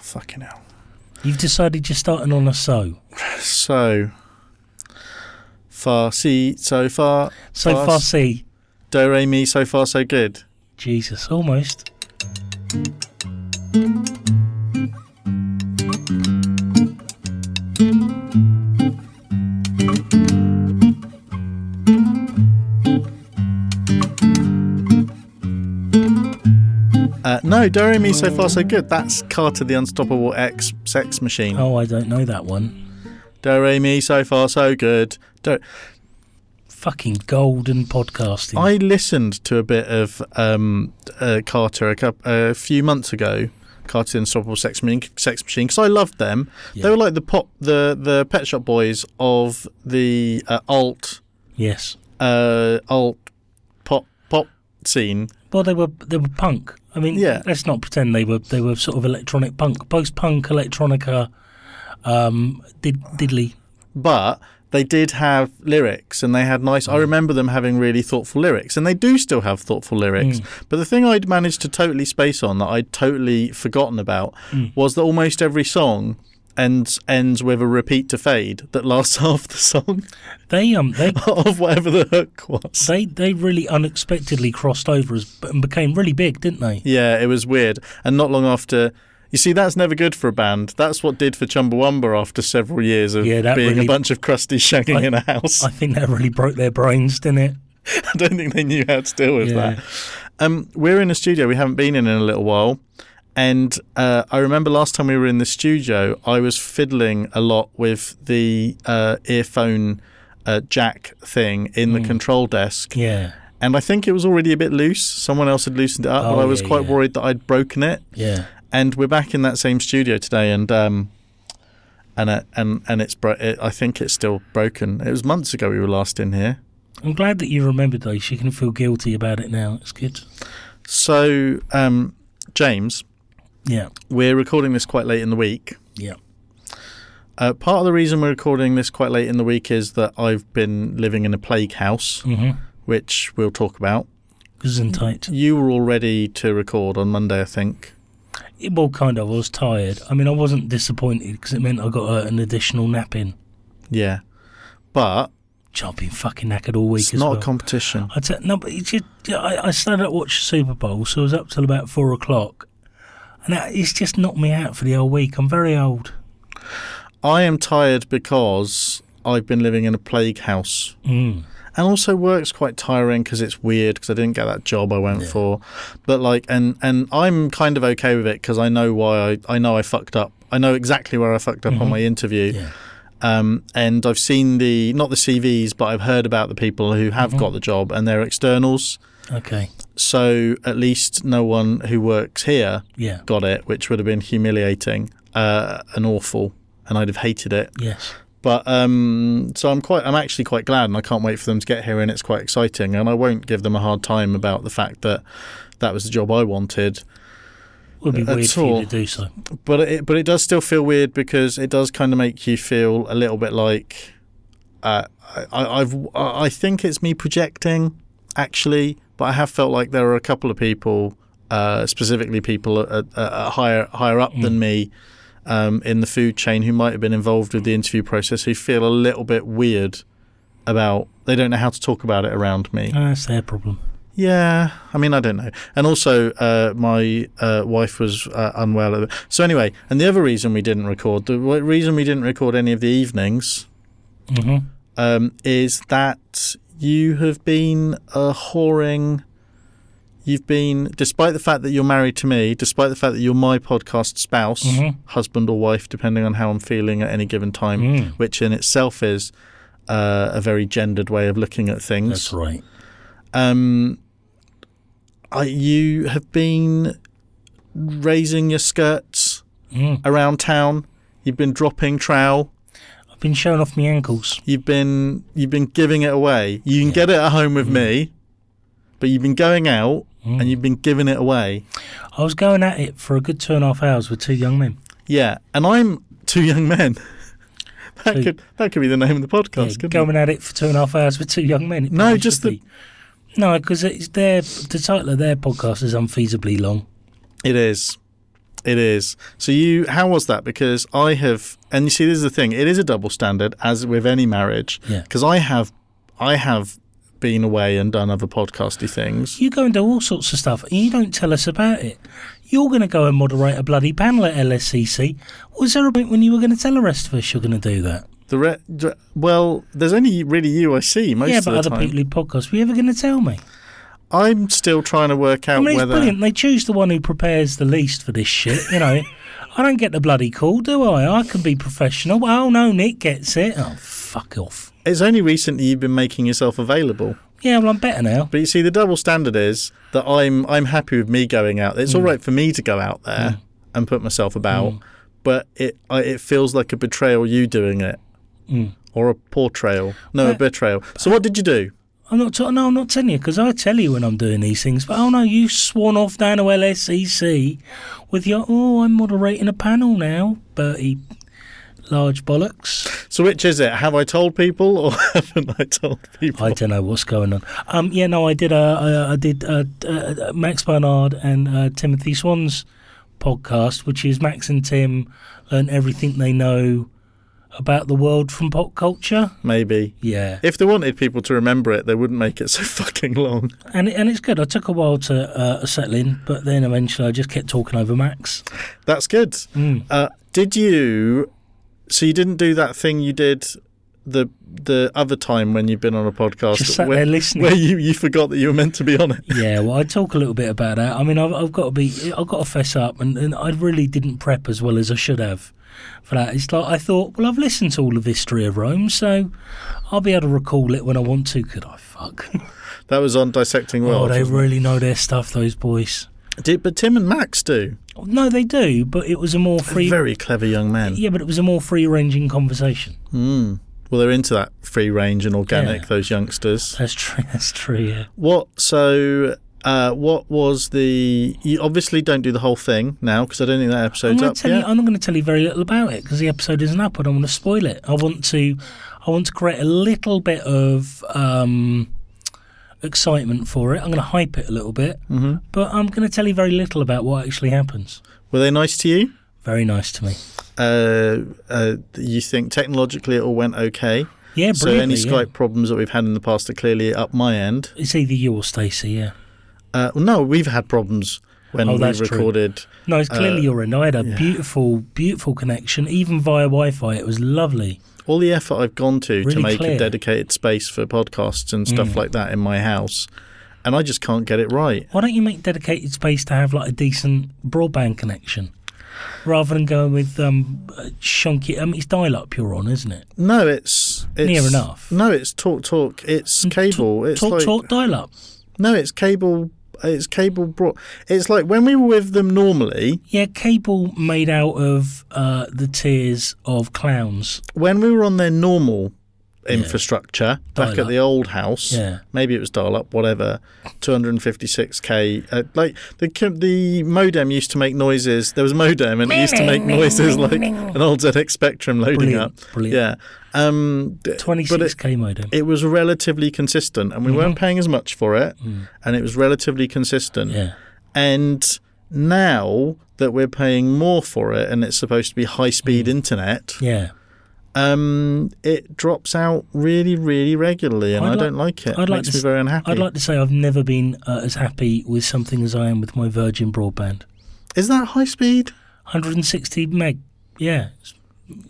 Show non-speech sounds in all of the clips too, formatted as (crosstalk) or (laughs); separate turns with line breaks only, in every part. Fucking hell.
You've decided you're starting on a so.
So far, see, so far,
So
Fast.
far, see.
do re mi, so far, so good.
Jesus, almost.
Uh, no, do re mi, so far, so good. That's Carter the Unstoppable X Sex Machine.
Oh, I don't know that one.
Do re mi, so far, so good. Do-
Fucking golden podcasting.
I listened to a bit of um, uh, Carter a, coup a few months ago. Carter the Unstoppable Sex Machine, Sex Machine, because I loved them.
Yeah.
They were like the pop, the the Pet Shop Boys of the uh, alt,
yes.
uh, alt pop pop scene.
Well, they were they were punk. I mean,
Yeah.
let's not pretend they were they were sort of electronic punk, post punk electronica, um, did, diddly.
but they did have lyrics and they had nice
Mm.
i remember them having really thoughtful lyrics and they do still have thoughtful lyrics
Mm.
but the thing i'd managed to totally space on that i'd totally forgotten about
Mm.
was that almost every song ends ends with a repeat to fade that lasts (laughs) half the song
They um
(laughs)
they
of whatever the hook was
they they really unexpectedly crossed over as, and became really big, didn't they?
yeah it was weird and not long after you see, that's never good for a band. That's what did for Chumbawamba after several years of
Yeah, that
being
really-
a bunch of crusties shagging
I-
in a house.
I think that really broke their brains, didn't it?
(laughs) I don't think they knew how to deal with
Yeah.
that. Um, we're in a studio we haven't been in in a little while, and uh, I remember last time we were in the studio, I was fiddling a lot with the uh, earphone uh, jack thing in
Mm.
the control desk,
Yeah,
and I think it was already a bit loose. Someone else had loosened it up,
Oh,
but I was
yeah,
quite
yeah.
worried that I'd broken it.
yeah.
And we're back in that same studio today, and. Um, and, it, and and it's bro- it, I think it's still broken. It was months ago we were last in here.
I'm glad that you remembered though. so You can feel guilty about it now. It's good.
So, um, James,
Yeah,
we're recording this quite late in the week.
yeah.
Uh, part of the reason we're recording this quite late in the week is that I've been living in a plague house,
Mm-hmm.
which we'll talk about.
Gesundheit.
You were all ready to record on Monday, I think.
It, well, kind of. I was tired. I mean, I wasn't disappointed because it meant I got uh, an additional nap in.
Yeah. But
Which I've been fucking knackered all week
it's
as
not
well.
a competition.
I te- no, but it's just, I, I started up watching Super Bowl, so I was up till about four o'clock, and that, it's just knocked me out for the whole week. I'm very old.
I am tired because I've been living in a plague house.
Mm.
and also work's quite tiring because it's weird because I didn't get that job I went for, but like and and I'm kind of okay with it because I know why I I know I fucked up. I know exactly where I fucked up on my interview.
Yeah.
Um, and I've seen the not the CVs, but I've heard about the people who have got the job and they're externals.
Okay.
So at least no one who works here
Yeah.
got it, which would have been humiliating uh, and awful, and I'd have hated it.
Yes.
But um, so I'm quite, I'm actually quite glad, and I can't wait for them to get here, and it's quite exciting. And I won't give them a hard time about the fact that that was the job I wanted.
Would be
At
weird for
all.
you to do so.
But it, but it does still feel weird because it does kind of make you feel a little bit like, uh, I, I- I've, I I think it's me projecting, actually. But I have felt like there are a couple of people, uh, specifically people at, at, at higher higher up than me. Um, in the food chain, who might have been involved with the interview process, who feel a little bit weird about they don't know how to talk about it around me.
Ah, that's their problem.
Yeah, I mean, I don't know. And also, uh, my uh, wife was uh, unwell. at the- So anyway, and the other reason we didn't record, the w- reason we didn't record any of the evenings,
hmm
um, is that you have been uh, whoring. You've been, despite the fact that you're married to me, despite the fact that you're my podcast spouse,
Mhm.
husband or wife, depending on how I'm feeling at any given time,
Mm.
which in itself is uh, a very gendered way of looking at things.
That's right.
Um, I, you have been raising your skirts
Mm.
around town. You've been dropping trowel.
I've been showing off my ankles.
You've been you've been giving it away. You can get it at home
Mm.
with me, but you've been going out and you've been giving it away.
I was going at it for a good two and a half hours with two young men.
Yeah, and I'm two young men. (laughs) that
Two-
could that could be the name of the
Yeah,
podcast. couldn't
going at it for two and a half hours with two young men. It
No,
probably
just
should
the-
be. no, because it's their the title of their podcast is unfeasibly long.
it? it is. It is. So you, how was that? Because I have, and you see, this is the thing. It is a double standard, as with any marriage.
Yeah.
Because I have, I have been away and done other podcasty things.
You go and do all sorts of stuff, and you don't tell us about it. You're going to go and moderate a bloody panel at LSCC. Was there a point when you were going to tell the rest of us you're going to do that?
The re- d- well, there's only really you I see most
yeah,
of the
but other
time.
people who podcast, were you ever going to tell me?
I'm still trying to work out
I mean, it's
whether.
brilliant. They choose the one who prepares the least for this shit, you know. (laughs) I don't get the bloody call, do I? I can be professional. Oh, no, Nick gets it. Oh, fuck off.
It's only recently you've been making yourself available.
Yeah, well, I'm better now.
But you see, the double standard is that I'm I'm happy with me going out.
Mm.
It's all right for me to go out there and put myself about, but it I, it feels like a betrayal you doing it,
Mm.
or a portrayal. No, a betrayal. So what did you do?
I'm not. T- no, I'm not telling you because I tell you when I'm doing these things. But oh no, you sworn off down to LSEC E with your oh, I'm moderating a panel now, Bertie. Large bollocks.
So which is it? Have I told people or (laughs) haven't I told people?
I don't know what's going on. Um, yeah, no, I did. Uh, I, I did uh, uh, Max Bernard and uh, Timothy Swan's podcast, which is Max and Tim learn everything they know about the world from pop culture.
Maybe.
Yeah,
If they wanted people to remember it, they wouldn't make it so (laughs) fucking long.
and and it's good. I took a while to uh, settle in, but then eventually I just kept talking over Max.
That's good.
Mm.
Uh, did you? So you didn't do that thing you did the the other time when you've been on a podcast
Just sat there (laughs) listening.
where you, you forgot that you were meant to be on it.
Yeah, well, I talk a little bit about that. I mean, I've, I've got to be, I've got to fess up, and, and I really didn't prep as well as I should have for that. It's like I thought, well, I've listened to all of history of Rome, so I'll be able to recall it when I want to. Could I? Fuck.
(laughs)
(laughs)
That was on dissecting
Oh,
world.
they really know their stuff, those boys.
did, but Tim and Max do.
No, they do, but it was a more free.
Very clever young men.
yeah, but it was a more free-ranging conversation.
Well, they're into that free range and organic.
Yeah.
Those youngsters.
That's true. (laughs) That's true. Yeah.
What? So. Uh, what was the? You obviously don't do the whole thing now because I don't think that
I'm
episode's
going
up
to tell
yet.
you. I'm not going to tell you very little about it because the episode isn't up. I don't want to spoil it. I want to. I want to create a little bit of um, excitement for it. I'm going to hype it a little bit, mm-hmm. but I'm going to tell you very little about what actually happens.
Were they nice to you?
Very nice to me.
Uh, uh, you think technologically it all went okay?
Yeah,
So any
brilliantly. yeah.
Skype problems that we've had in the past are clearly up my end.
It's either you or Stacey. Yeah.
Uh, well, no, we've had problems when
Oh,
we
that's true.
recorded.
No, it's
Uh,
clearly your end. I had a beautiful, beautiful connection, even via Wi-Fi. It was lovely.
All the effort I've gone to to
Really
make a
clear. Mm.
dedicated space for podcasts and stuff like that in my house, and I just can't get it right.
Why don't you make dedicated space to have like a decent broadband connection, rather than going with um uh, chunky? I mean, it's dial-up you're on, isn't it?
No, it's, it's
Near enough. Mm,
No, it's talk talk. It's cable. it's
talk,
like
talk, dial-up.
no, it's cable. It's cable brought. It's like when we were with them normally.
Yeah, cable made out of uh, the tears of clowns.
when we were on their normal infrastructure back at
Dial-up.
the old house,
Yeah.
maybe it was dial up, whatever, 256k. Uh, like the com- the modem used to make noises. There was a modem and it used to make noises like an old ZX Spectrum loading
Brilliant,
up.
brilliant.
Yeah. Um, d- but
Twenty-six
it,
k modem.
it was relatively consistent and we weren't
Mm-hmm.
paying as much for it and it was relatively consistent.
Mm. yeah,
And now that we're paying more for it and it's supposed to be high speed
Mm.
internet
yeah.
um, it drops out really, really regularly, and I
I'd like-
don't like it.
I'd like
Makes
to
me
s-
very unhappy.
I'd like to say I've never been uh, as happy with something as I am with my Virgin broadband.
Is that high speed?
160 meg. Yeah, it's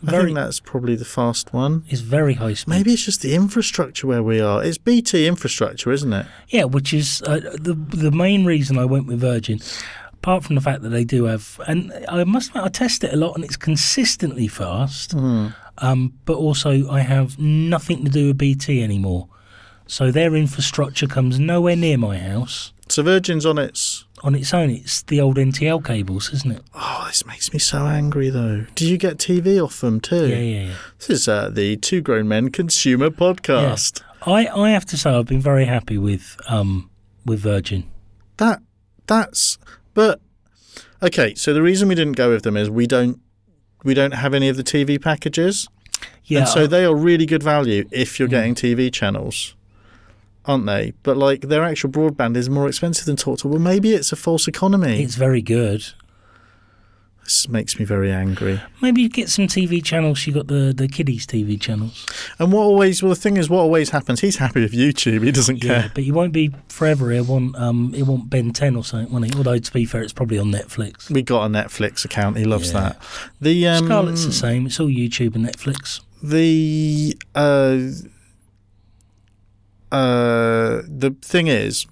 I
very,
think that's probably the fast one.
it's very high speed.
Maybe it's just the infrastructure where we are. It's BT infrastructure, isn't it?
Yeah, which is uh, the the main reason I went with Virgin. Apart from the fact that they do have, and I must admit, I test it a lot, and it's consistently fast.
Mm-hmm.
Um, but also, I have nothing to do with BT anymore, so their infrastructure comes nowhere near my house
So Virgin's on its.
on its own. It's the old NTL cables, isn't it?
Oh, this makes me so angry, though. Do you get TV off them too?
Yeah, yeah, yeah.
This is uh, the Two Grown Men Consumer Podcast.
I, I have to say, I've been very happy with um with Virgin.
That that's but okay. So the reason we didn't go with them is we don't we don't have any of the TV packages.
Yeah, Mm.
And so they are really good value if you're getting TV channels, aren't they? But like their actual broadband is more expensive than TalkTalk. Well, maybe it's a false economy.
it's very good.
This makes me very angry.
Maybe you get some TV channels. You got the the kiddies TV channels.
And what always, well, the thing is, what always happens, he's happy with YouTube. He doesn't
Yeah,
care.
uh, but you won't be forever. It won't um it won't Ben Ten or something, will it? Although to be fair, it's probably on Netflix.
We got a Netflix account. He loves
Yeah.
that. The um,
Scarlet's the same. It's all YouTube and Netflix.
the uh, uh, the thing is,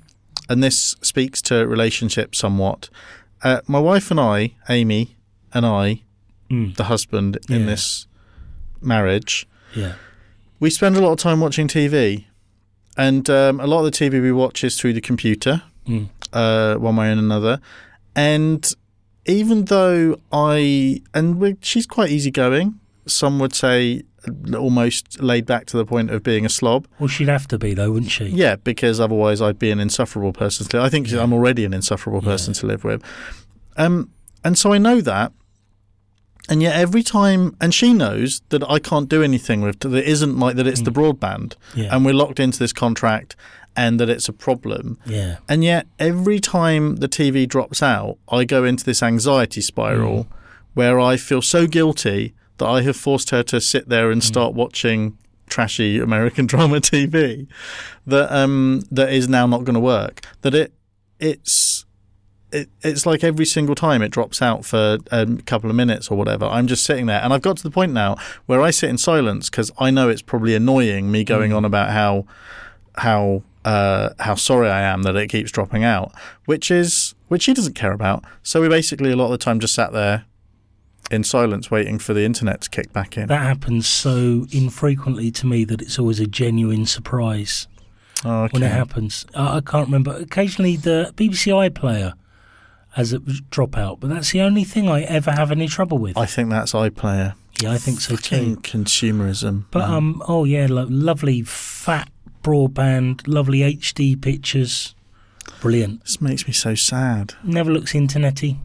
and this speaks to relationships somewhat. Uh, my wife and I, Amy and I,
Mm.
the husband in
Yeah.
this marriage,
Yeah.
we spend a lot of time watching TV, and um, a lot of the TV we watch is through the computer,
Mm.
uh, one way and another. And even though I and we, she's quite easygoing, some would say almost laid back to the point of being a slob.
Well, she'd have to be though, wouldn't she?
Yeah, because otherwise I'd be an insufferable person. To, I think I'm already an insufferable person to live with. Um, and so I know that. And yet every time, and she knows that I can't do anything with that. Isn't like that. It's the broadband,
Yeah.
and we're locked into this contract, and that it's a problem.
Yeah.
And yet, every time the TV drops out, I go into this anxiety spiral where I feel so guilty that I have forced her to sit there and start watching trashy American (laughs) drama TV that um, that is now not going to work. That it it's it, it's like every single time it drops out for um, a couple of minutes or whatever. I'm just sitting there, and I've got to the point now where I sit in silence because I know it's probably annoying me going on about how how uh, how sorry I am that it keeps dropping out, which is which he doesn't care about. So we basically a lot of the time just sat there in silence, waiting for the internet to kick back in.
That happens so infrequently to me that it's always a genuine surprise.
Oh, okay.
when it happens. I, I can't remember. Occasionally, the BBC iPlayer has a dropout, but that's the only thing I ever have any trouble with.
I think that's iPlayer.
yeah, I think so
King
too.
consumerism.
But um, oh yeah, lo- lovely fat broadband, lovely HD pictures, brilliant.
This makes me so sad.
Never looks internety.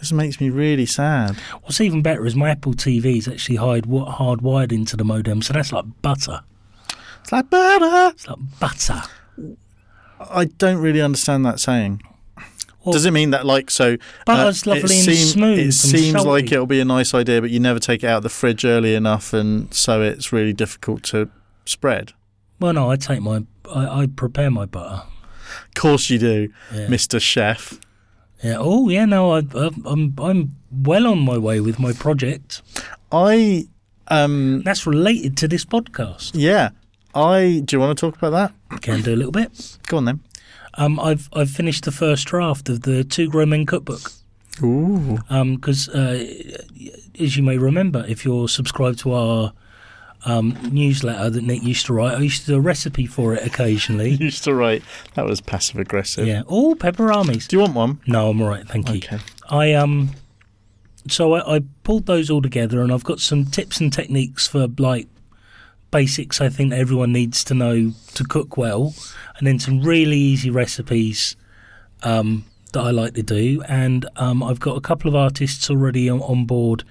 This makes me really sad.
What's even better is my Apple TV's actually hard hardwired into the modem, so that's like butter.
It's like butter.
It's like butter.
I don't really understand that saying.
Well-
Does it mean that like so? uh,
Butter's lovely and smooth
It
and
seems
salty.
like it'll be a nice idea, but you never take it out of the fridge early enough, and so it's really difficult to spread.
Well, no, I take my, I, I prepare my butter.
Of course you do,
Yeah.
Mister Chef.
Yeah. Oh, yeah. No, I, I, I'm I'm well on my way with my project.
I um
That's related to this podcast.
yeah. I do you want to talk about that?
Can do a little bit.
Go on then.
Um, I've I've finished the first draft of the Two Grown Men Cookbook.
Ooh.
because uh, Um, as you may remember, if you're subscribed to our um, newsletter that Nick used to write, I used to do a recipe for it occasionally.
(laughs) You used to write. That was passive aggressive.
yeah. Oh, pepperamis.
Do you want one?
No, I'm all right. Thank you.
Okay.
I um, so I, I pulled those all together, and I've got some tips and techniques for like basics. I think that everyone needs to know to cook well, and then some really easy recipes um, that I like to do. And um, I've got a couple of artists already on, on board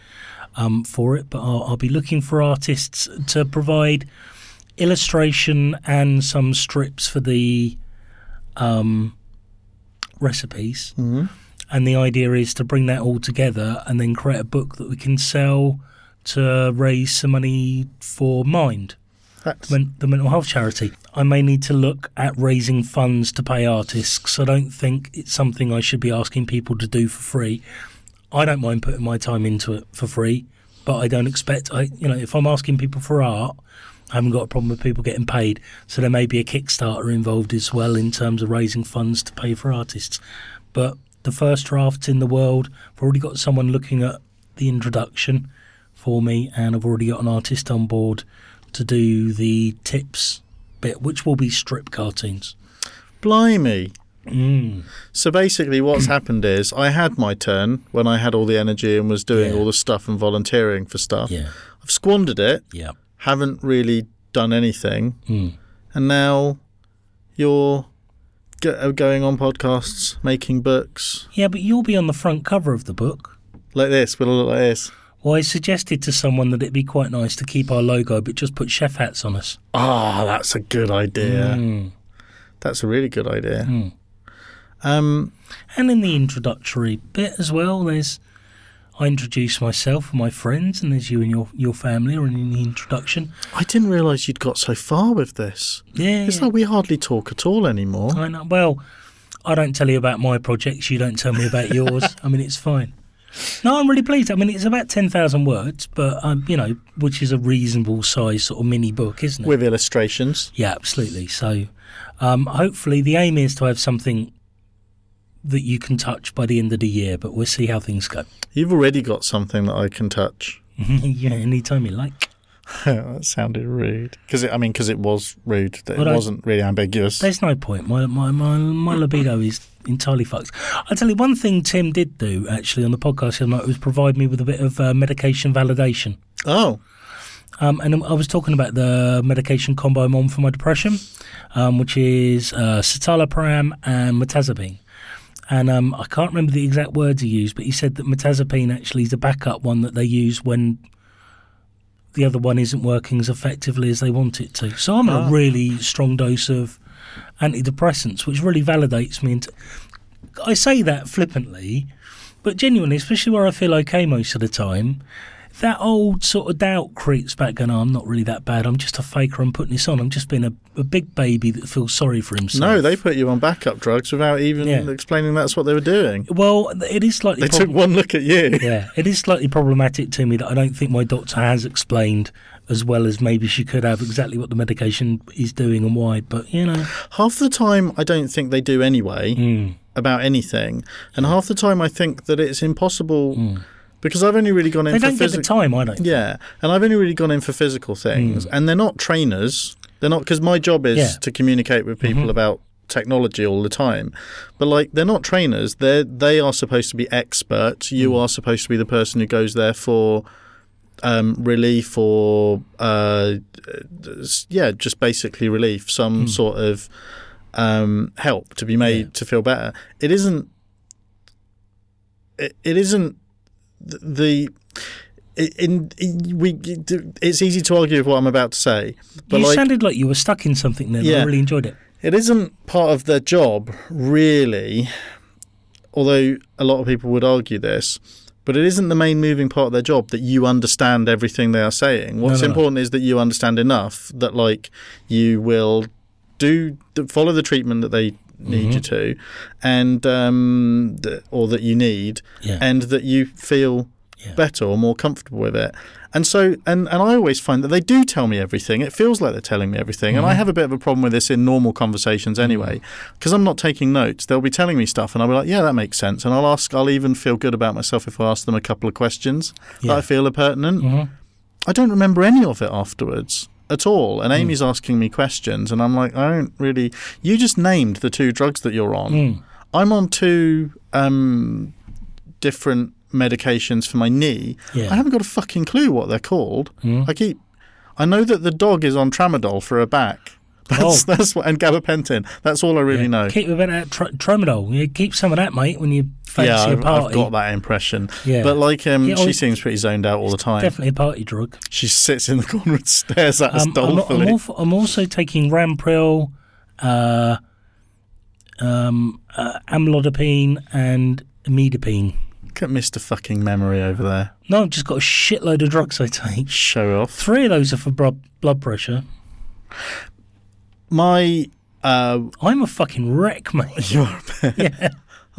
um, for it, but I'll, I'll be looking for artists to provide illustration and some strips for the um, recipes and the idea is to bring that all together and then create a book that we can sell to raise some money for Mind,
That's,
men- the mental health charity. I may need to look at raising funds to pay artists. 'cause I don't think it's something I should be asking people to do for free. I don't mind putting my time into it for free, but I don't expect. I you know if I'm asking people for art. I haven't got a problem with people getting paid, so there may be a Kickstarter involved as well in terms of raising funds to pay for artists but the first draft in the world. I've already got someone looking at the introduction for me, and I've already got an artist on board to do the tips bit, which will be strip cartoons.
blimey.
Mm.
So basically, what's
(clears throat)
happened is I had my turn when I had all the energy and was doing
Yeah.
all the stuff and volunteering for stuff.
Yeah,
I've squandered it,
yeah,
haven't really done anything,
Hmm.
and now you're go- uh, going on podcasts, making books
yeah. But you'll be on the front cover of the book.
like this with a look like this.
Well, I suggested to someone that it'd be quite nice to keep our logo, but just put chef hats on us.
Ah, that's a good idea.
Hmm.
That's a really good idea. Um,
And in the introductory bit as well, there's I introduce myself and my friends, and there's you and your, your family are in the introduction.
I didn't realise you'd got so far with this.
Yeah,
It's like we hardly talk at all anymore.
I know. Well, I don't tell you about my projects. You don't tell me about yours. I mean, it's fine. No, I'm really pleased. I mean, it's about ten thousand words, but um, you know, which is a reasonable size sort of mini book, isn't it?
With illustrations.
Yeah, absolutely. So, um, hopefully, the aim is to have something that you can touch by the end of the year. But we'll see how things go. (laughs)
You've already got something that I can touch.
yeah, anytime you like.
that sounded rude. Because I mean, because it was rude. That
Well,
it
I-
wasn't really ambiguous.
There's no point. My my my, my libido is entirely fucked. I tell you one thing. Tim did do actually on the podcast. He was provide me with a bit of uh, medication validation.
oh,
Um, and I was talking about the medication combo I'm on for my depression, um, which is uh, citalopram and metazapine. And um, I can't remember the exact words he used, but he said that metazapine actually is a backup one that they use when the other one isn't working as effectively as they want it to. So I'm on
Ah.
a really strong dose of antidepressants, which really validates me. Into, I say that flippantly, but genuinely, especially where I feel okay most of the time, that old sort of doubt creeps back going, oh, I'm not really that bad. I'm just a faker. I'm putting this on. I'm just being a, a big baby that feels sorry for himself.
no, they put you on backup drugs without even
Yeah.
explaining that's what they were doing.
Well, it is slightly.
They
prob-
took one look at you.
yeah, it is slightly problematic to me that I don't think my doctor has explained as well as maybe she could have exactly what the medication is doing and why. But you know,
Half the time, I don't think they do anyway
Mm.
about anything. And half the time, I think that it's impossible because I've only really gone in
Mm. they
for
don't get the
physical.
time. I don't.
Yeah, and I've only really gone in for physical things, and they're not trainers. They're not because my job is
Yeah.
to communicate with people about technology all the time, but like they're not trainers. They they are supposed to be experts. You are supposed to be the person who goes there for um, relief or uh, s- yeah, just basically relief, some sort of um, help to be made to feel better. It isn't. It, it isn't th- the. i- In, i- we, it's easy to argue with what I'm about to say, but
you
like
sounded like you were stuck in something then. I
Yeah.
really enjoyed it.
it isn't part of their job, really. Although a lot of people would argue this, but it isn't the main moving part of their job that you understand everything they are saying. What's
no, no.
important is that you understand enough that, like, you will do follow the treatment that they need
Mm-hmm.
you to, and um, th- or that you need,
Yeah.
and that you feel
Yeah.
better or more comfortable with it. And so, and, and I always find that they do tell me everything. It feels like they're telling me everything. And I
Mm-hmm.
have a bit of a problem with this in normal conversations anyway, because I'm not taking notes. They'll be telling me stuff, and I'll be like, yeah, that makes sense. And I'll ask, I'll even feel good about myself if I ask them a couple of questions that I feel are
Mm-hmm.
pertinent. I don't remember any of it afterwards at all.
Hmm.
And Amy's asking me questions, and I'm like, I don't really. You just named the two drugs that you're on.
Hmm.
I'm on two um, different medications for my knee.
Yeah. Hmm.
I haven't got a fucking clue what they're called. I keep. I know that the dog is on tramadol for her back. (laughs) That's
Oh.
that's what and gabapentin. That's all I really know.
Keep a bit of tr- tramadol. You keep some of that, mate, when you fancy
yeah,
a
I've,
party.
I've got that impression.
Yeah.
But like, um,
Yeah,
she
oh,
seems pretty zoned out all the time.
Definitely a party drug.
She sits in the (laughs) corner and stares at us
Um, I'm,
dolefully.
I'm, also, I'm also taking Rampril, uh, um, uh, amlodipine, and imidipine.
Look at Mr. Fucking Memory over there.
No, I've just got a shitload of drugs I take.
Show off.
Three of those are for blood blood pressure.
My. Uh, (laughs)
I'm a fucking wreck, mate.
you're.
yeah.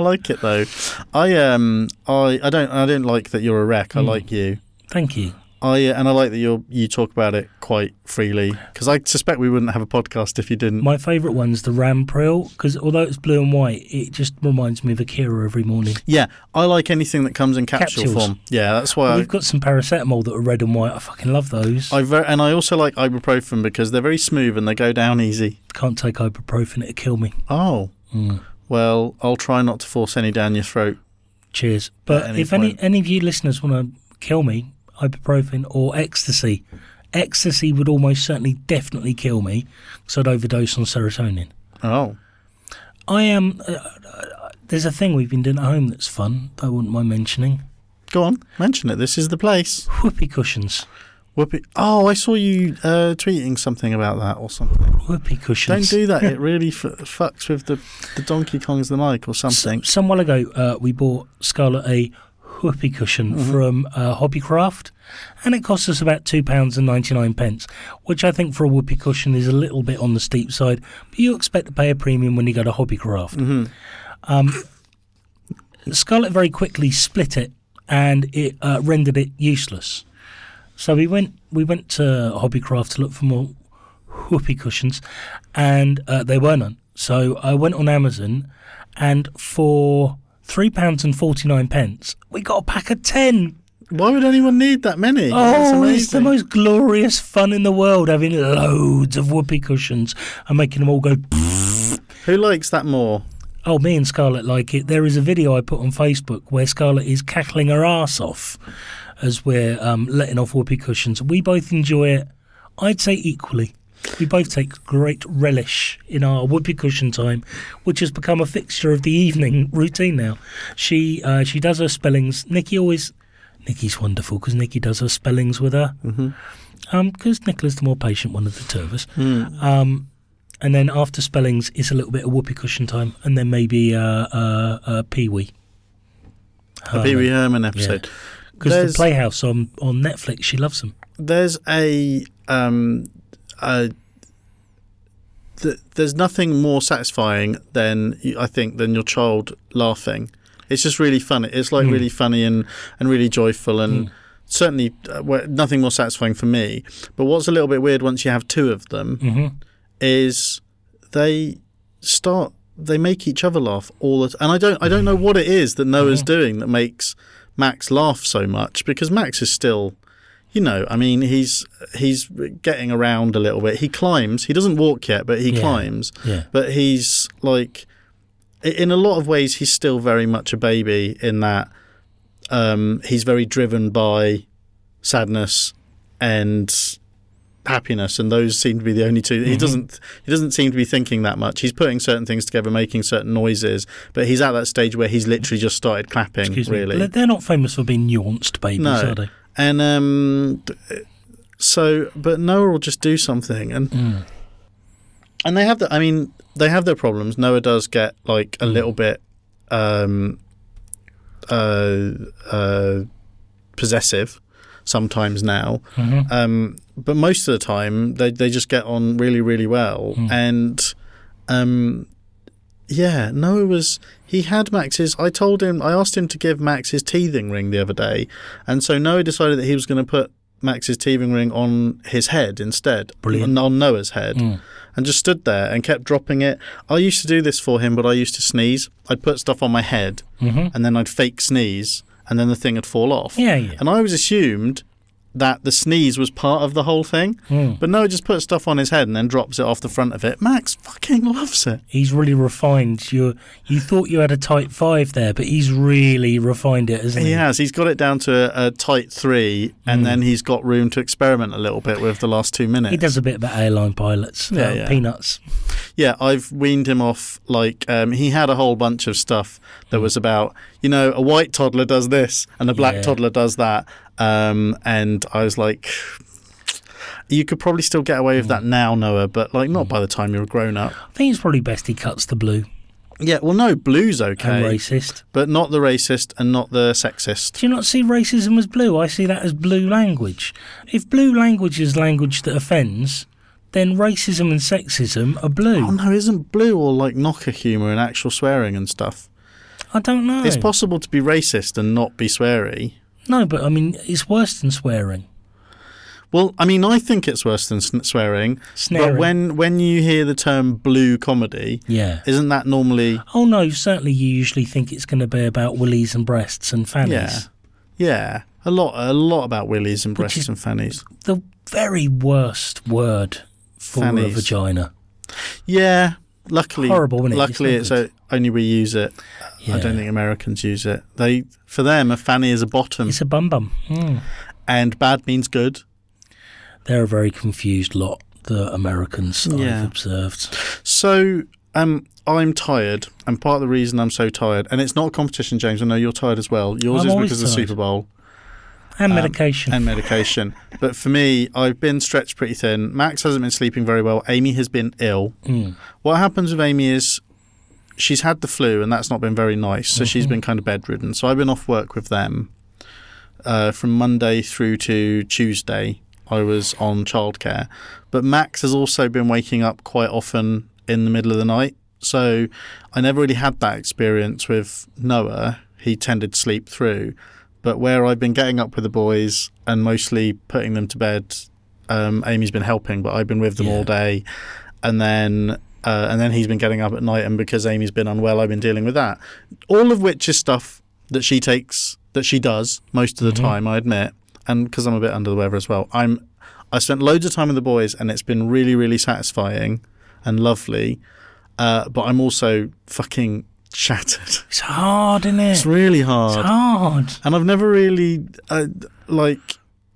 I like it though. I um. I, I don't. I don't like that you're a wreck.
Hmm.
I like you.
Thank you.
I uh, and I like that you you talk about it quite freely because I suspect we wouldn't have a podcast if you didn't.
My favourite one's the Rampril because although it's blue and white, it just reminds me of Akira every morning.
yeah, I like anything that comes in capsule
Capsules.
form. Yeah, that's why I,
We've got some paracetamol that are red and white. I fucking love those. I
I ver- and I also like ibuprofen because they're very smooth and they go down easy.
can't take ibuprofen; it'll kill me.
Oh,
Hmm.
well, I'll try not to force any down your throat.
Cheers. But
any
if any
point.
any of you listeners want to kill me, ibuprofen or ecstasy, ecstasy would almost certainly definitely kill me because I'd overdose on serotonin.
Oh,
I am. Uh, uh, there's a thing we've been doing at home that's fun. that I wouldn't mind mentioning.
go on, mention it. This is the place.
Whoopee cushions.
Whoopee. Oh, I saw you uh, tweeting something about that or something.
Whoopee
Don't
cushions.
do that.
(laughs)
It really f- fucks with the, the Donkey Kong's the mic or something.
Some while ago, uh, we bought Scarlett a whoopee cushion from uh, Hobbycraft, and it cost us about two pounds and ninety nine pence, which I think for a whoopee cushion is a little bit on the steep side. But you expect to pay a premium when you go to Hobbycraft. Um, Scarlett very quickly split it, and it uh, rendered it useless. So we went we went to Hobbycraft to look for more whoopee cushions, and uh, there were none. So I went on Amazon, and for three pounds and forty nine pence, we got a pack of ten.
Why would anyone need that many? That's
Oh, it's the
amazing.
most glorious fun in the world having loads of whoopee cushions and making them all go.
Who likes that more?
Oh, me and Scarlett like it. There is a video I put on Facebook where Scarlett is cackling her arse off as we're um, letting off whoopee cushions. We both enjoy it, I'd say equally. We both take great relish in our whoopee cushion time, which has become a fixture of the evening (laughs) routine now. She uh, she does her spellings. Nikki always. Nikki's wonderful because Nikki does her spellings with her. Because Um, Nicola's the more patient one of the two of us.
Hmm.
Um, and then after spellings, it's a little bit of whoopee cushion time, and then maybe uh, uh, uh, Pee Wee.
The Pee
Oh,
Wee Herman episode.
Because
There's-
Um, the Playhouse on, on Netflix, she loves them.
there's a um a th- there's nothing more satisfying than y- I think than your child laughing. It's just really funny. It's
Hmm.
like really funny and and really joyful and certainly uh, well, nothing more satisfying for me. But what's a little bit weird once you have two of them is they start they make each other laugh all the t- and I don't I don't know what it is that Noah's doing that makes Max laugh so much because Max is still you know, I mean, he's he's getting around a little bit. He climbs. He doesn't walk yet, but he
Yeah.
climbs.
Yeah.
But he's like, i- in a lot of ways, he's still very much a baby in that um, he's very driven by sadness and happiness, and those seem to be the only 2
Mm-hmm.
He doesn't he doesn't seem to be thinking that much. He's putting certain things together, making certain noises, but he's at that stage where he's literally just started clapping.
Excuse
really,
me. They're- They're not famous for being nuanced babies,
no.
are they?
And um, d- so, but Noah will just do something, and and they have the. I mean, they have their problems. Noah does get like a little bit um, uh, uh, possessive sometimes now, um, but most of the time they they just get on really really well, and um, yeah, Noah was. He had Max's. I told him. I asked him to give Max his teething ring the other day, and so Noah decided that he was going to put Max's teething ring on his head instead,
Brilliant. Hmm.
and on Noah's head, and just stood there and kept dropping it. I used to do this for him, but I used to sneeze. I'd put stuff on my head, and then I'd fake sneeze, and then the thing would fall off.
Mm-hmm. Yeah, yeah.
And I always assumed that the sneeze was part of the whole thing,
Hmm.
but Noah just puts stuff on his head and then drops it off the front of it. Max fucking loves it.
He's really refined. You you thought you had a type five there, but he's really refined it, hasn't
He
he?
has. He's got it down to a, a tight three, and then he's got room to experiment a little bit with the last two minutes.
He does a bit about airline pilots,
Yeah,
uh,
yeah.
peanuts.
Yeah, I've weaned him off. Like um, he had a whole bunch of stuff that was about, you know, a white toddler does this and a black
Yeah.
toddler does that, um, and I was like. You could probably still get away with that now, Noah, but like not by the time you're a grown up.
I think it's probably best he cuts the blue
Yeah, well, no, blue's okay,
and racist.
but not the racist and not the sexist.
Do you not see racism as blue? I see that as blue language. If blue language is language that offends, then racism and sexism are
Oh
blue.
no, isn't blue all like knocker humour and actual swearing and stuff?
I don't know.
It's possible to be racist and not be sweary.
no, but I mean, it's worse than swearing.
Well, I mean, I think it's worse than sn- swearing.
Snaring.
But when when you hear the term blue comedy,
Yeah.
isn't that normally
Oh no, certainly you usually think it's going to be about willies and breasts and fannies.
yeah, yeah, a lot a lot about willies and breasts
is-
and fannies.
The very worst word for a
Fannies.
vagina.
Yeah, luckily
Horrible, isn't it? It's
Luckily,
not
it's,
good.
o- only we use it. I
Yeah.
don't think Americans use it. They for them a fanny is a bottom,
It's a bum bum.
Hmm.
Mm.
and bad means good.
They're a very confused lot, the Americans
Yeah.
I've observed.
So um, I'm tired, and part of the reason I'm so tired, and it's not a competition, James. I know you're tired as well. Yours
I'm
is
always
because of the
tired.
Super Bowl
And medication.
Um, and medication. but for me, I've been stretched pretty thin. Max hasn't been sleeping very well. Amy has been ill. What happens with Amy is she's had the flu and that's not been very nice. So she's been kind of bedridden. So I've been off work with them uh, from Monday through to Tuesday. I was on childcare, but Max has also been waking up quite often in the middle of the night. So I never really had that experience with Noah. He tended to sleep through, but where I've been getting up with the boys and mostly putting them to bed, um, Amy's been helping, but I've been with them
Yeah.
all day, and then. Uh, and then he's been getting up at night, and because Amy's been unwell, I've been dealing with that. All of which is stuff that she takes, that she does most of the time, I admit. And because I'm a bit under the weather as well, I'm. I spent loads of time with the boys, and it's been really, really satisfying and lovely. Uh, but I'm also fucking (laughs) shattered.
It's hard, isn't it?
It's really
It's
hard
hard.
and I've never really uh, like.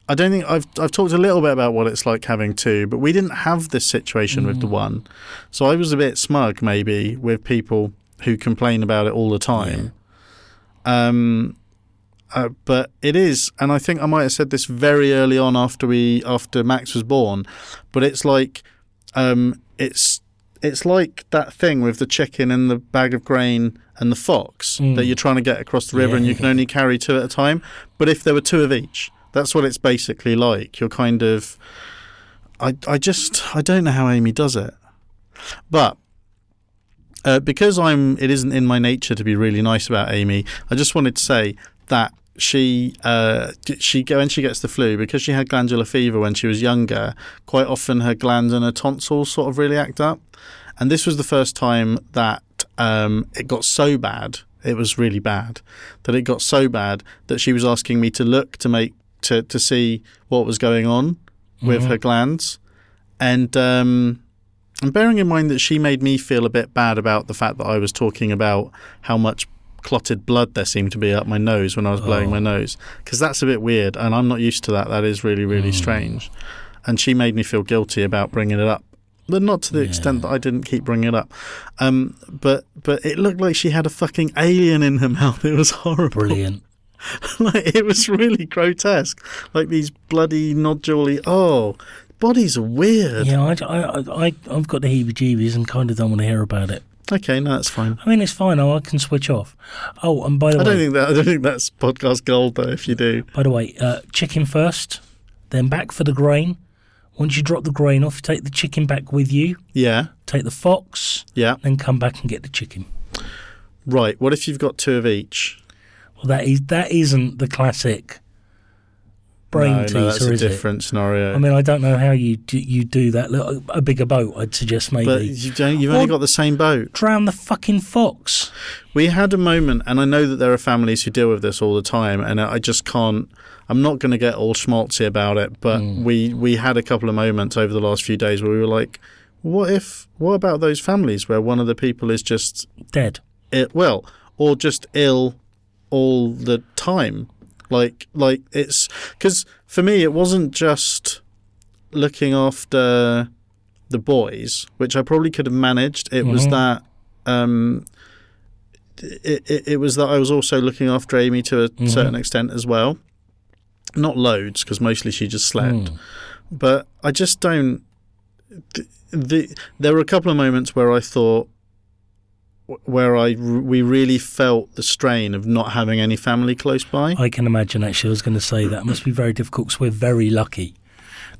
I don't think I've I've talked a little bit about what it's like having two, but we didn't have this situation with the one, so I was a bit smug maybe with people who complain about it all the time. Um, uh, but it is, and I think I might have said this very early on after we after Max was born, but it's like, um, it's it's like that thing with the chicken and the bag of grain and the fox that you're trying to get across the river and you can only carry two at a time. But if there were two of each, that's what it's basically like. You're kind of, I I just I don't know how Amy does it, but uh, because I'm, it isn't in my nature to be really nice about Amy. I just wanted to say that she, uh, d- she when she gets the flu, because she had glandular fever when she was younger. Quite often, her glands and her tonsils sort of really act up, and this was the first time that um, it got so bad. It was really bad that it got so bad that she was asking me to look to make to to see what was going on with her glands, and. Um, and bearing in mind that she made me feel a bit bad about the fact that I was talking about how much clotted blood there seemed to be up my nose when I was blowing my nose, because that's a bit weird, and I'm not used to that. That is really, really strange. And she made me feel guilty about bringing it up, but not to the extent that I didn't keep bringing it up. Um, but but it looked like she had a fucking alien in her (laughs) mouth. It was horrible.
Brilliant.
(laughs) like it was really grotesque. Like these bloody nodule Oh, bodies are weird.
Yeah, I, I, I, I- I've got the heebie-jeebies and kind of don't want to hear about it.
Okay, no, that's fine.
I mean, it's fine. I, I can switch off. Oh, and by the
I don't
way,
think that I don't think that's podcast gold though. If you do,
by the way, uh, chicken first, then back for the grain. Once you drop the grain off, you take the chicken back with you.
yeah,
Take the fox,
yeah,
then come back and get the chicken.
right. What if you've got two of each?
Well, that is that isn't the classic brain
no,
teaser,
no, that's a
is
different
it?
scenario.
I mean, I don't know how you do, you do that. Look, a bigger boat, I'd suggest maybe.
but you don't, you've only
Or-
got the same boat.
Drown the fucking fox.
We had a moment, and I know that there are families who deal with this all the time, and I just can't. I'm not going to get all schmaltzy about it, but we we had a couple of moments over the last few days where we were like, "What if? What about those families where one of the people is just
Dead.
it well or just ill all the time like like it's because for me it wasn't just looking after the boys which i probably could have managed it was that um it, it, it was that i was also looking after amy to a certain extent as well not loads because mostly she just slept but i just don't the, the there were a couple of moments where i thought where I we really felt the strain of not having any family close by.
I can imagine. Actually, I was going to say that it must be very difficult because we're very lucky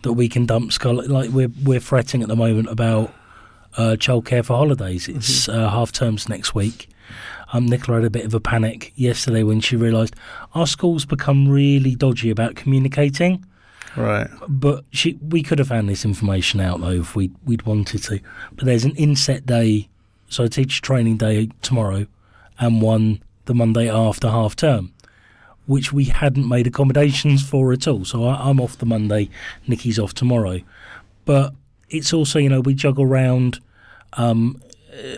that we can dump scholar. Like we're we're fretting at the moment about uh, childcare for holidays. It's uh, half terms next week. Um, Nicola had a bit of a panic yesterday when she realised our school's become really dodgy about communicating.
Right.
But she, we could have found this information out though if we we'd wanted to. But there's an inset day, so teacher training day tomorrow, and one the Monday after half term, which we hadn't made accommodations for at all. So I, I'm off the Monday, Nikki's off tomorrow. But it's also you know we juggle around um, uh,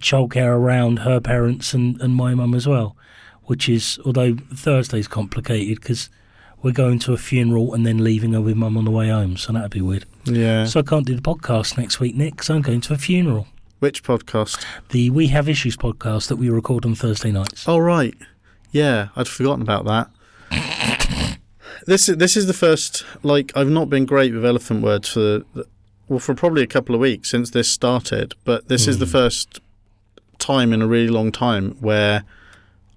childcare around her parents and and my mum as well, which is although Thursday's complicated because we're going to a funeral and then leaving her with mum on the way home, so that'd be weird.
Yeah.
So I can't do the podcast next week, Nick, 'cause I'm going to a funeral.
Which podcast?
The We Have Issues podcast that we record on Thursday nights.
Oh right. Yeah, I'd forgotten about that. this is this is the first like I've not been great with elephant words for Hmm. the, well for probably a couple of weeks since this started, but this is the first time in a really long time where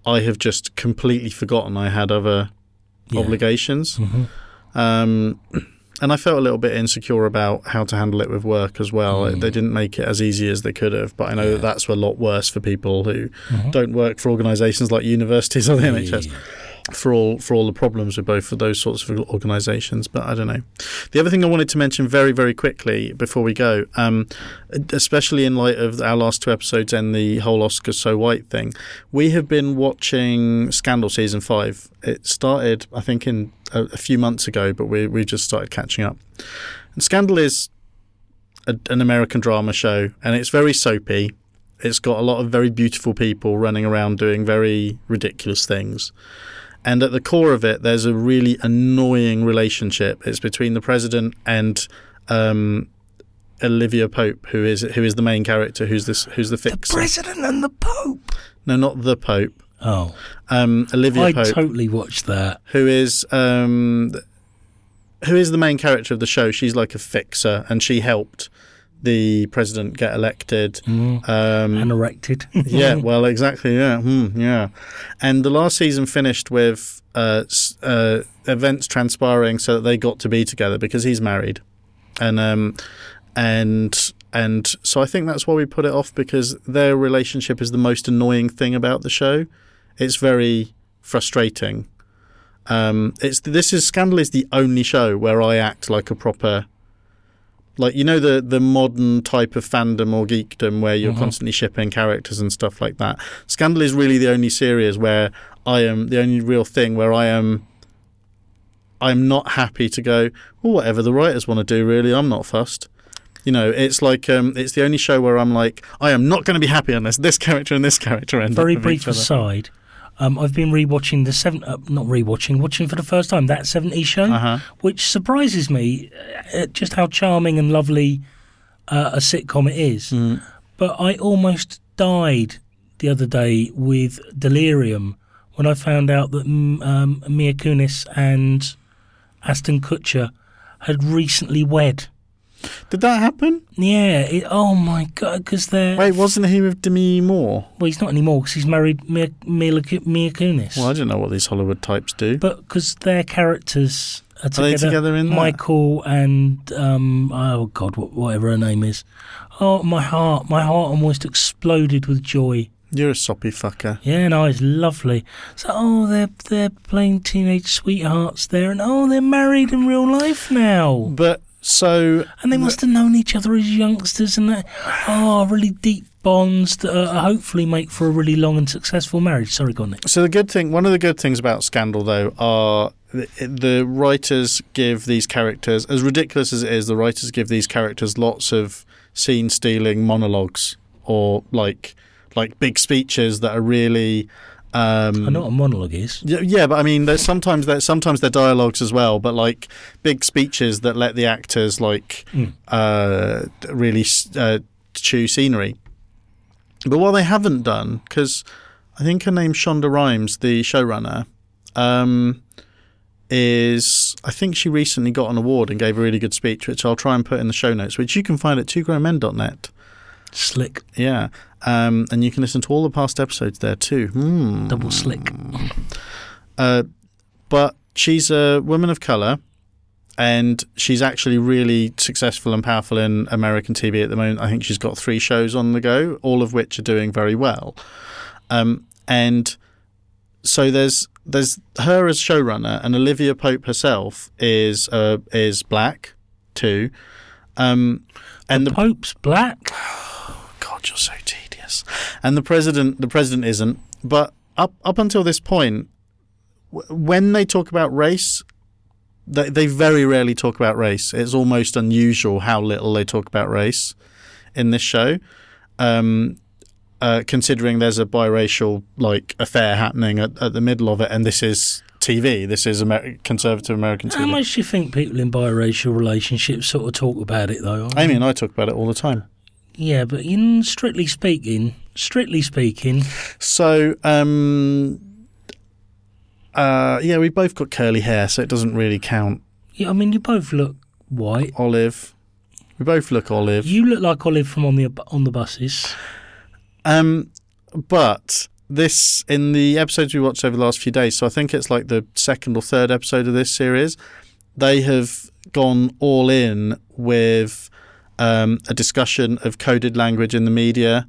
I have just completely forgotten I had other
Yeah.
obligations. Um, and I felt a little bit insecure about how to handle it with work as well. They didn't make it as easy as they could have, but I know that that's a lot worse for people who don't work for organisations like universities or the NHS for all for all the problems with both of those sorts of organisations. But I don't know. The other thing I wanted to mention very very quickly before we go, um, especially in light of our last two episodes and the whole Oscar so white thing, we have been watching Scandal season five. It started I think in a, a few months ago, but we we just started catching up. And Scandal is a, an American drama show, and it's very soapy. It's got a lot of very beautiful people running around doing very ridiculous things. And at the core of it, there's a really annoying relationship. It's between the president and um, Olivia Pope, who is who is the main character, who's this who's the
The
fixer.
president and the pope.
no, not the Pope.
Oh,
Um, Olivia
I
Pope,
totally watched that.
who is um, th- who is the main character of the show. She's like a fixer, and she helped the president get elected. Um,
And erected.
yeah, well, exactly. Yeah, hmm, yeah. And the last season finished with uh, s- uh, events transpiring so that they got to be together because he's married, and um, and and so I think that's why we put it off because their relationship is the most annoying thing about the show. It's very frustrating. Um, it's this is Scandal is the only show where I act like a proper like you know the the modern type of fandom or geekdom where
Mm-hmm.
you're constantly shipping characters and stuff like that. Scandal is really the only series where I am the only real thing where I am I'm not happy to go, well whatever the writers want to do really, I'm not fussed. You know, it's like um, it's the only show where I'm like, I am not going to be happy unless this character and this character end
Very
up with
brief
each other.
aside. Um, I've been rewatching the seven, uh, not rewatching, watching for the first time that 70s show,
Uh-huh.
which surprises me uh, at just how charming and lovely uh, a sitcom it is.
Mm.
But I almost died the other day with delirium when I found out that mm, um, Mia Kunis and Aston Kutcher had recently wed.
Did that happen?
Yeah, it, oh my god, because they're
Wait, wasn't he with Demi Moore?
well, he's not anymore because he's married Mia, Mia, Mia Kunis.
Well, I don't know what these Hollywood types do.
But because their characters are together,
they together in that?
Michael and um, oh god, wh- whatever her name is. Oh, my heart, my heart almost exploded with joy.
You're a soppy fucker.
Yeah, no, it's lovely. So, oh, they're they're playing teenage sweethearts there, and oh, they're married in real life now,
But so
and they must have known each other as youngsters, and that oh, really deep bonds that uh, hopefully make for a really long and successful marriage. Sorry, go on. Nick.
So the good thing, one of the good things about Scandal though, are the, the writers give these characters, as ridiculous as it is, the writers give these characters lots of scene-stealing monologues or like like big speeches that are really. Um,
I know what a monologue is.
yeah, yeah, but I mean, there's sometimes there's sometimes they're dialogues as well, but like big speeches that let the actors like uh, really s- uh, chew scenery. But what they haven't done, because I think her name's Shonda Rhimes, the showrunner, um, is I think she recently got an award and gave a really good speech, which I'll try and put in the show notes, which you can find at twogrownmen.net.
Slick,
Yeah, um, and you can listen to all the past episodes there too. Hmm.
double slick.
Uh, but she's a woman of color, and she's actually really successful and powerful in American TV at the moment. I think she's got three shows on the go, all of which are doing very well. Um, and so there's there's her as showrunner, and Olivia Pope herself is uh, is black too. Um, and the
Pope's black.
God, you're so tedious. And the president, the president isn't. But up up until this point, w- when they talk about race, they they very rarely talk about race. It's almost unusual how little they talk about race in this show. Um, uh, considering there's a biracial like affair happening at, at the middle of it, and this is TV, this is Amer- conservative American
How
TV.
much do you think people in biracial relationships sort of talk about it though?
Amy and I talk about it all the time.
yeah, but in strictly speaking, strictly speaking,
So, um, uh, yeah, we both got curly hair, so it doesn't really count.
yeah, I mean, you both look white.
Olive, we both look olive.
You look like Olive from on the on the buses.
Um, but this in the episodes we watched over the last few days, so I think it's like the second or third episode of this series. They have gone all in with um, a discussion of coded language in the media.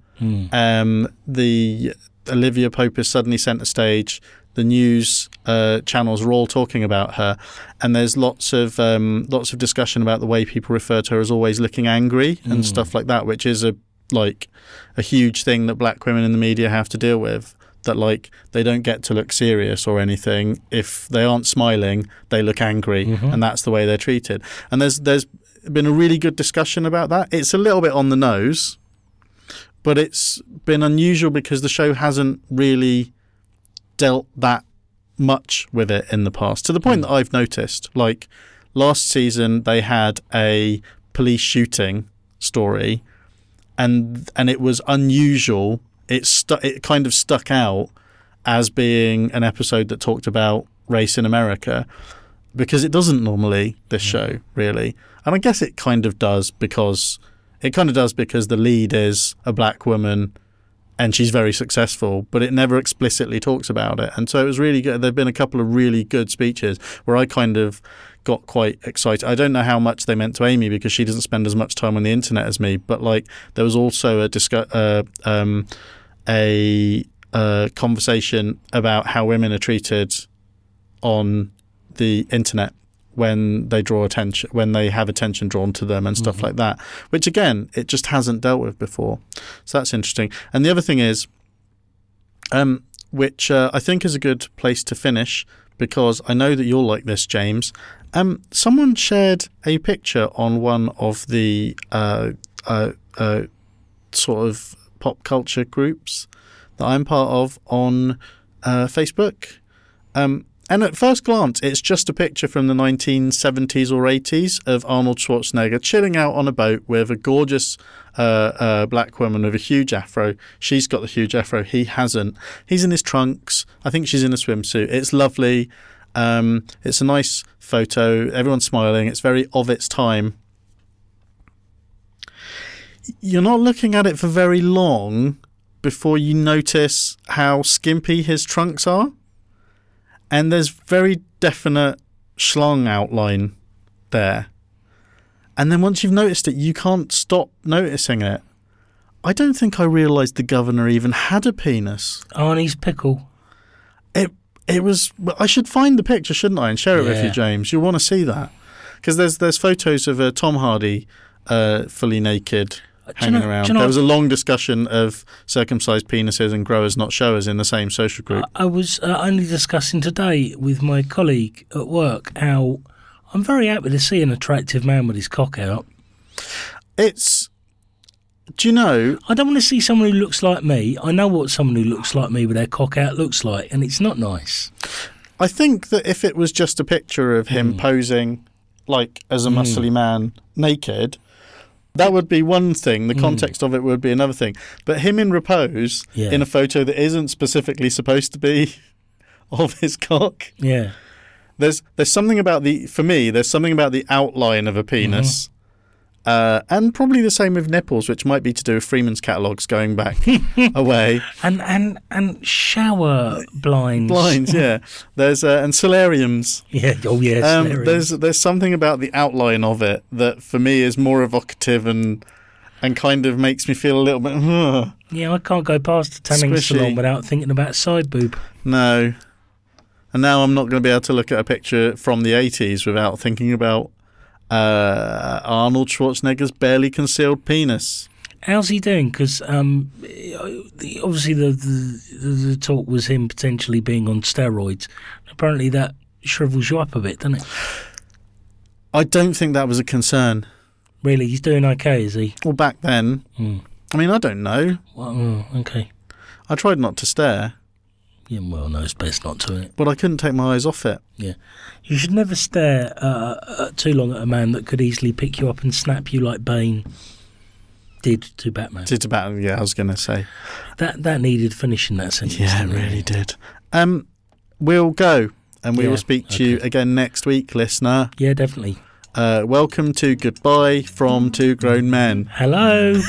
Um, the Olivia Pope is suddenly centre stage. The news uh, channels are all talking about her, and there's lots of um, lots of discussion about the way people refer to her as always looking angry and stuff like that, which is a like a huge thing that black women in the media have to deal with. That like they don't get to look serious or anything if they aren't smiling, they look angry, and that's the way they're treated. And there's there's been a really good discussion about that. It's a little bit on the nose, but it's been unusual because the show hasn't really dealt that much with it in the past to the point that I've noticed. Like last season, they had a police shooting story, and and it was unusual. It stu- it kind of stuck out as being an episode that talked about race in America because it doesn't normally this show really, and I guess it kind of does because it kind of does because the lead is a black woman and she's very successful, but it never explicitly talks about it. And so it was really good. There've been a couple of really good speeches where I kind of got quite excited. I don't know how much they meant to Amy because she doesn't spend as much time on the internet as me, but like there was also a discu- uh, um, a uh, conversation about how women are treated on the internet when they draw attention when they have attention drawn to them and stuff like that which again it just hasn't dealt with before so that's interesting and the other thing is um, which uh, i think is a good place to finish because i know that you'll like this james um, someone shared a picture on one of the uh, uh, uh, sort of pop culture groups that i'm part of on uh, facebook um, and at first glance, it's just a picture from the 1970s or 80s of Arnold Schwarzenegger chilling out on a boat with a gorgeous uh, uh, black woman with a huge afro. She's got the huge afro, he hasn't. He's in his trunks. I think she's in a swimsuit. It's lovely. Um, it's a nice photo. Everyone's smiling. It's very of its time. You're not looking at it for very long before you notice how skimpy his trunks are and there's very definite schlong outline there. And then once you've noticed it, you can't stop noticing it. I don't think I realised the governor even had a penis.
Arnie's pickle.
It it was. well, I should find the picture, shouldn't I, and share it with you,
Yeah.
James. You'll want to see that because there's there's photos of uh, Tom Hardy uh, fully naked.
do you
Hanging
know-
around.
do you know-
there was a long discussion of circumcised penises and growers, not showers, in the same social group.
I was uh, only discussing today with my colleague at work how I'm very happy to see an attractive man with his cock out.
It's. Do you know?
I don't want to see someone who looks like me. I know what someone who looks like me with their cock out looks like, and it's not nice.
I think that if it was just a picture of him posing like as a muscly man naked, that would be one thing. The context of it would be another thing. But him in repose
Yeah.
in a photo that isn't specifically supposed to be (laughs) of his cock.
Yeah.
There's there's something about the for me, there's something about the outline of a penis. Uh, and probably the same with nipples, which might be to do with Freeman's catalogues going back away.
And and and shower blinds.
Blinds, yeah. There's uh, and solariums.
(laughs) Yeah. Oh yes.
Um, there's there's something about the outline of it that for me is more evocative and and kind of makes me feel a little bit "Ugh,
yeah, I can't go past the tanning
Squishy.
salon without thinking about side boob.
no. And now I'm not going to be able to look at a picture from the 80s without thinking about uh, Arnold Schwarzenegger's barely concealed penis.
How's he doing? Because um, the, obviously the, the the the talk was him potentially being on steroids. Apparently that shrivels you up a bit, doesn't it?
I don't think that was a concern.
Really, he's doing okay, is he?
Well, back then, I mean, I don't know.
Well, mm, okay.
I tried not to stare,
Yeah, well, no, it's best not to. It.
but I couldn't take my eyes off it.
Yeah, you should never stare uh, uh, too long at a man that could easily pick you up and snap you like Bane did to Batman.
Did about yeah, I was going to say.
That that needed finishing that sentence.
Yeah, it
didn't
really did. Um, we'll go and we
Yeah,
will speak to you again next week, listener.
Yeah, definitely.
Uh, welcome to Goodbye from Two Grown Men.
Hello.